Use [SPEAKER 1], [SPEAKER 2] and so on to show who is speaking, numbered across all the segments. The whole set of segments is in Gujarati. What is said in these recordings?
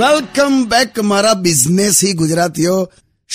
[SPEAKER 1] વેલકમ બેક મારા બિઝનેસી ગુજરાતીઓ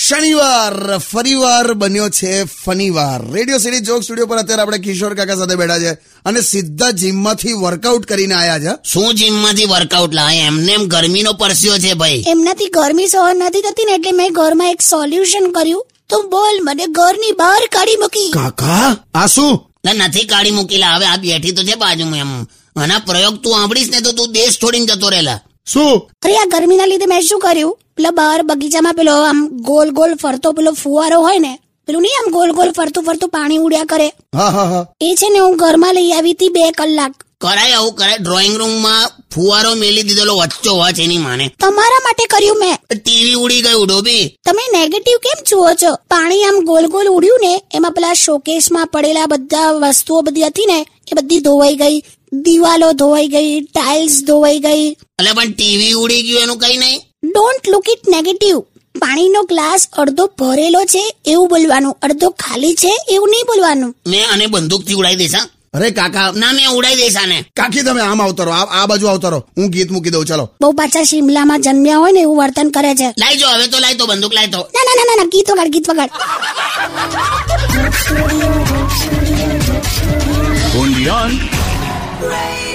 [SPEAKER 1] શનિવાર ફરીવાર બન્યો છે ફનીવાર રેડિયો સિટી જોક સ્ટુડિયો પર અત્યારે આપણે કિશોર કાકા સાથે બેઠા છે અને સીધા જીમમાંથી વર્કઆઉટ કરીને આયા છે
[SPEAKER 2] શું જીમમાંથી વર્કઆઉટ લાવે એમને એમ ગરમીનો પરસ્યો છે ભાઈ
[SPEAKER 3] એમનાથી ગરમી સહન નથી થતી ને એટલે મેં ઘરમાં એક સોલ્યુશન કર્યું તો બોલ મને ઘરની બહાર કાઢી મૂકી
[SPEAKER 1] કાકા આ શું
[SPEAKER 2] લે નથી કાઢી મૂકેલા હવે આ બેઠી તો છે બાજુમાં એમ આના પ્રયોગ તું સાંભળીશ ને તો તું દેશ છોડીને જતો રહેલા
[SPEAKER 1] શું
[SPEAKER 3] અરે આ ગરમીના લીધે મેં શું કર્યું પેલા બહાર બગીચામાં પેલો આમ ગોલ ગોલ ફરતો પેલો ફુવારો હોય ને પેલું નહીં આમ ગોલ ગોલ ફરતું ફરતું પાણી ઉડ્યા કરે
[SPEAKER 1] હા હા હા
[SPEAKER 3] એ છે ને હું ઘરમાં લઈ આવી હતી બે કલાક
[SPEAKER 2] કરાય આવું કરાય ડ્રોઈંગ રૂમમાં ફુવારો મેલી દીધેલો વચ્ચો વચ એની માને
[SPEAKER 3] તમારા માટે કર્યું મેં
[SPEAKER 2] ટીવી ઉડી ગયું ડોબી
[SPEAKER 3] તમે નેગેટિવ કેમ જુઓ છો પાણી આમ ગોલ ગોલ ઉડ્યું ને એમાં પેલા શોકેશમાં પડેલા બધા વસ્તુઓ બધી હતી ને એ બધી ધોવાઈ ગઈ દિવાલો ધોવાઈ ગઈ ટાઇલ્સ ધોવાઈ ગઈ
[SPEAKER 2] એટલે પણ ટીવી ઉડી ગયું એનું કઈ નહીં
[SPEAKER 3] ડોન્ટ લુક ઇટ નેગેટિવ પાણીનો ગ્લાસ અડધો ભરેલો છે એવું બોલવાનું અડધો ખાલી છે એવું નહીં બોલવાનું
[SPEAKER 2] મેં આને બંદૂકથી ઉડાઈ દઈશ હા
[SPEAKER 1] અરે કાકા
[SPEAKER 2] ના મેં ઉડાઈ દઈશ આને
[SPEAKER 1] કાકી તમે આમ આવતરો આ આ બાજુ આવતરો હું ગીત મૂકી દઉં ચલો
[SPEAKER 3] બહુ પાછા શિમલામાં જન્મ્યા હોય ને એવું વર્તન કરે છે
[SPEAKER 2] લાઈ જો હવે તો લાઈ તો બંદૂક લાઈ તો
[SPEAKER 3] ના ના ના ના, ના ગીત વગાડ ગીત વગાડ
[SPEAKER 4] Undian.
[SPEAKER 5] Radio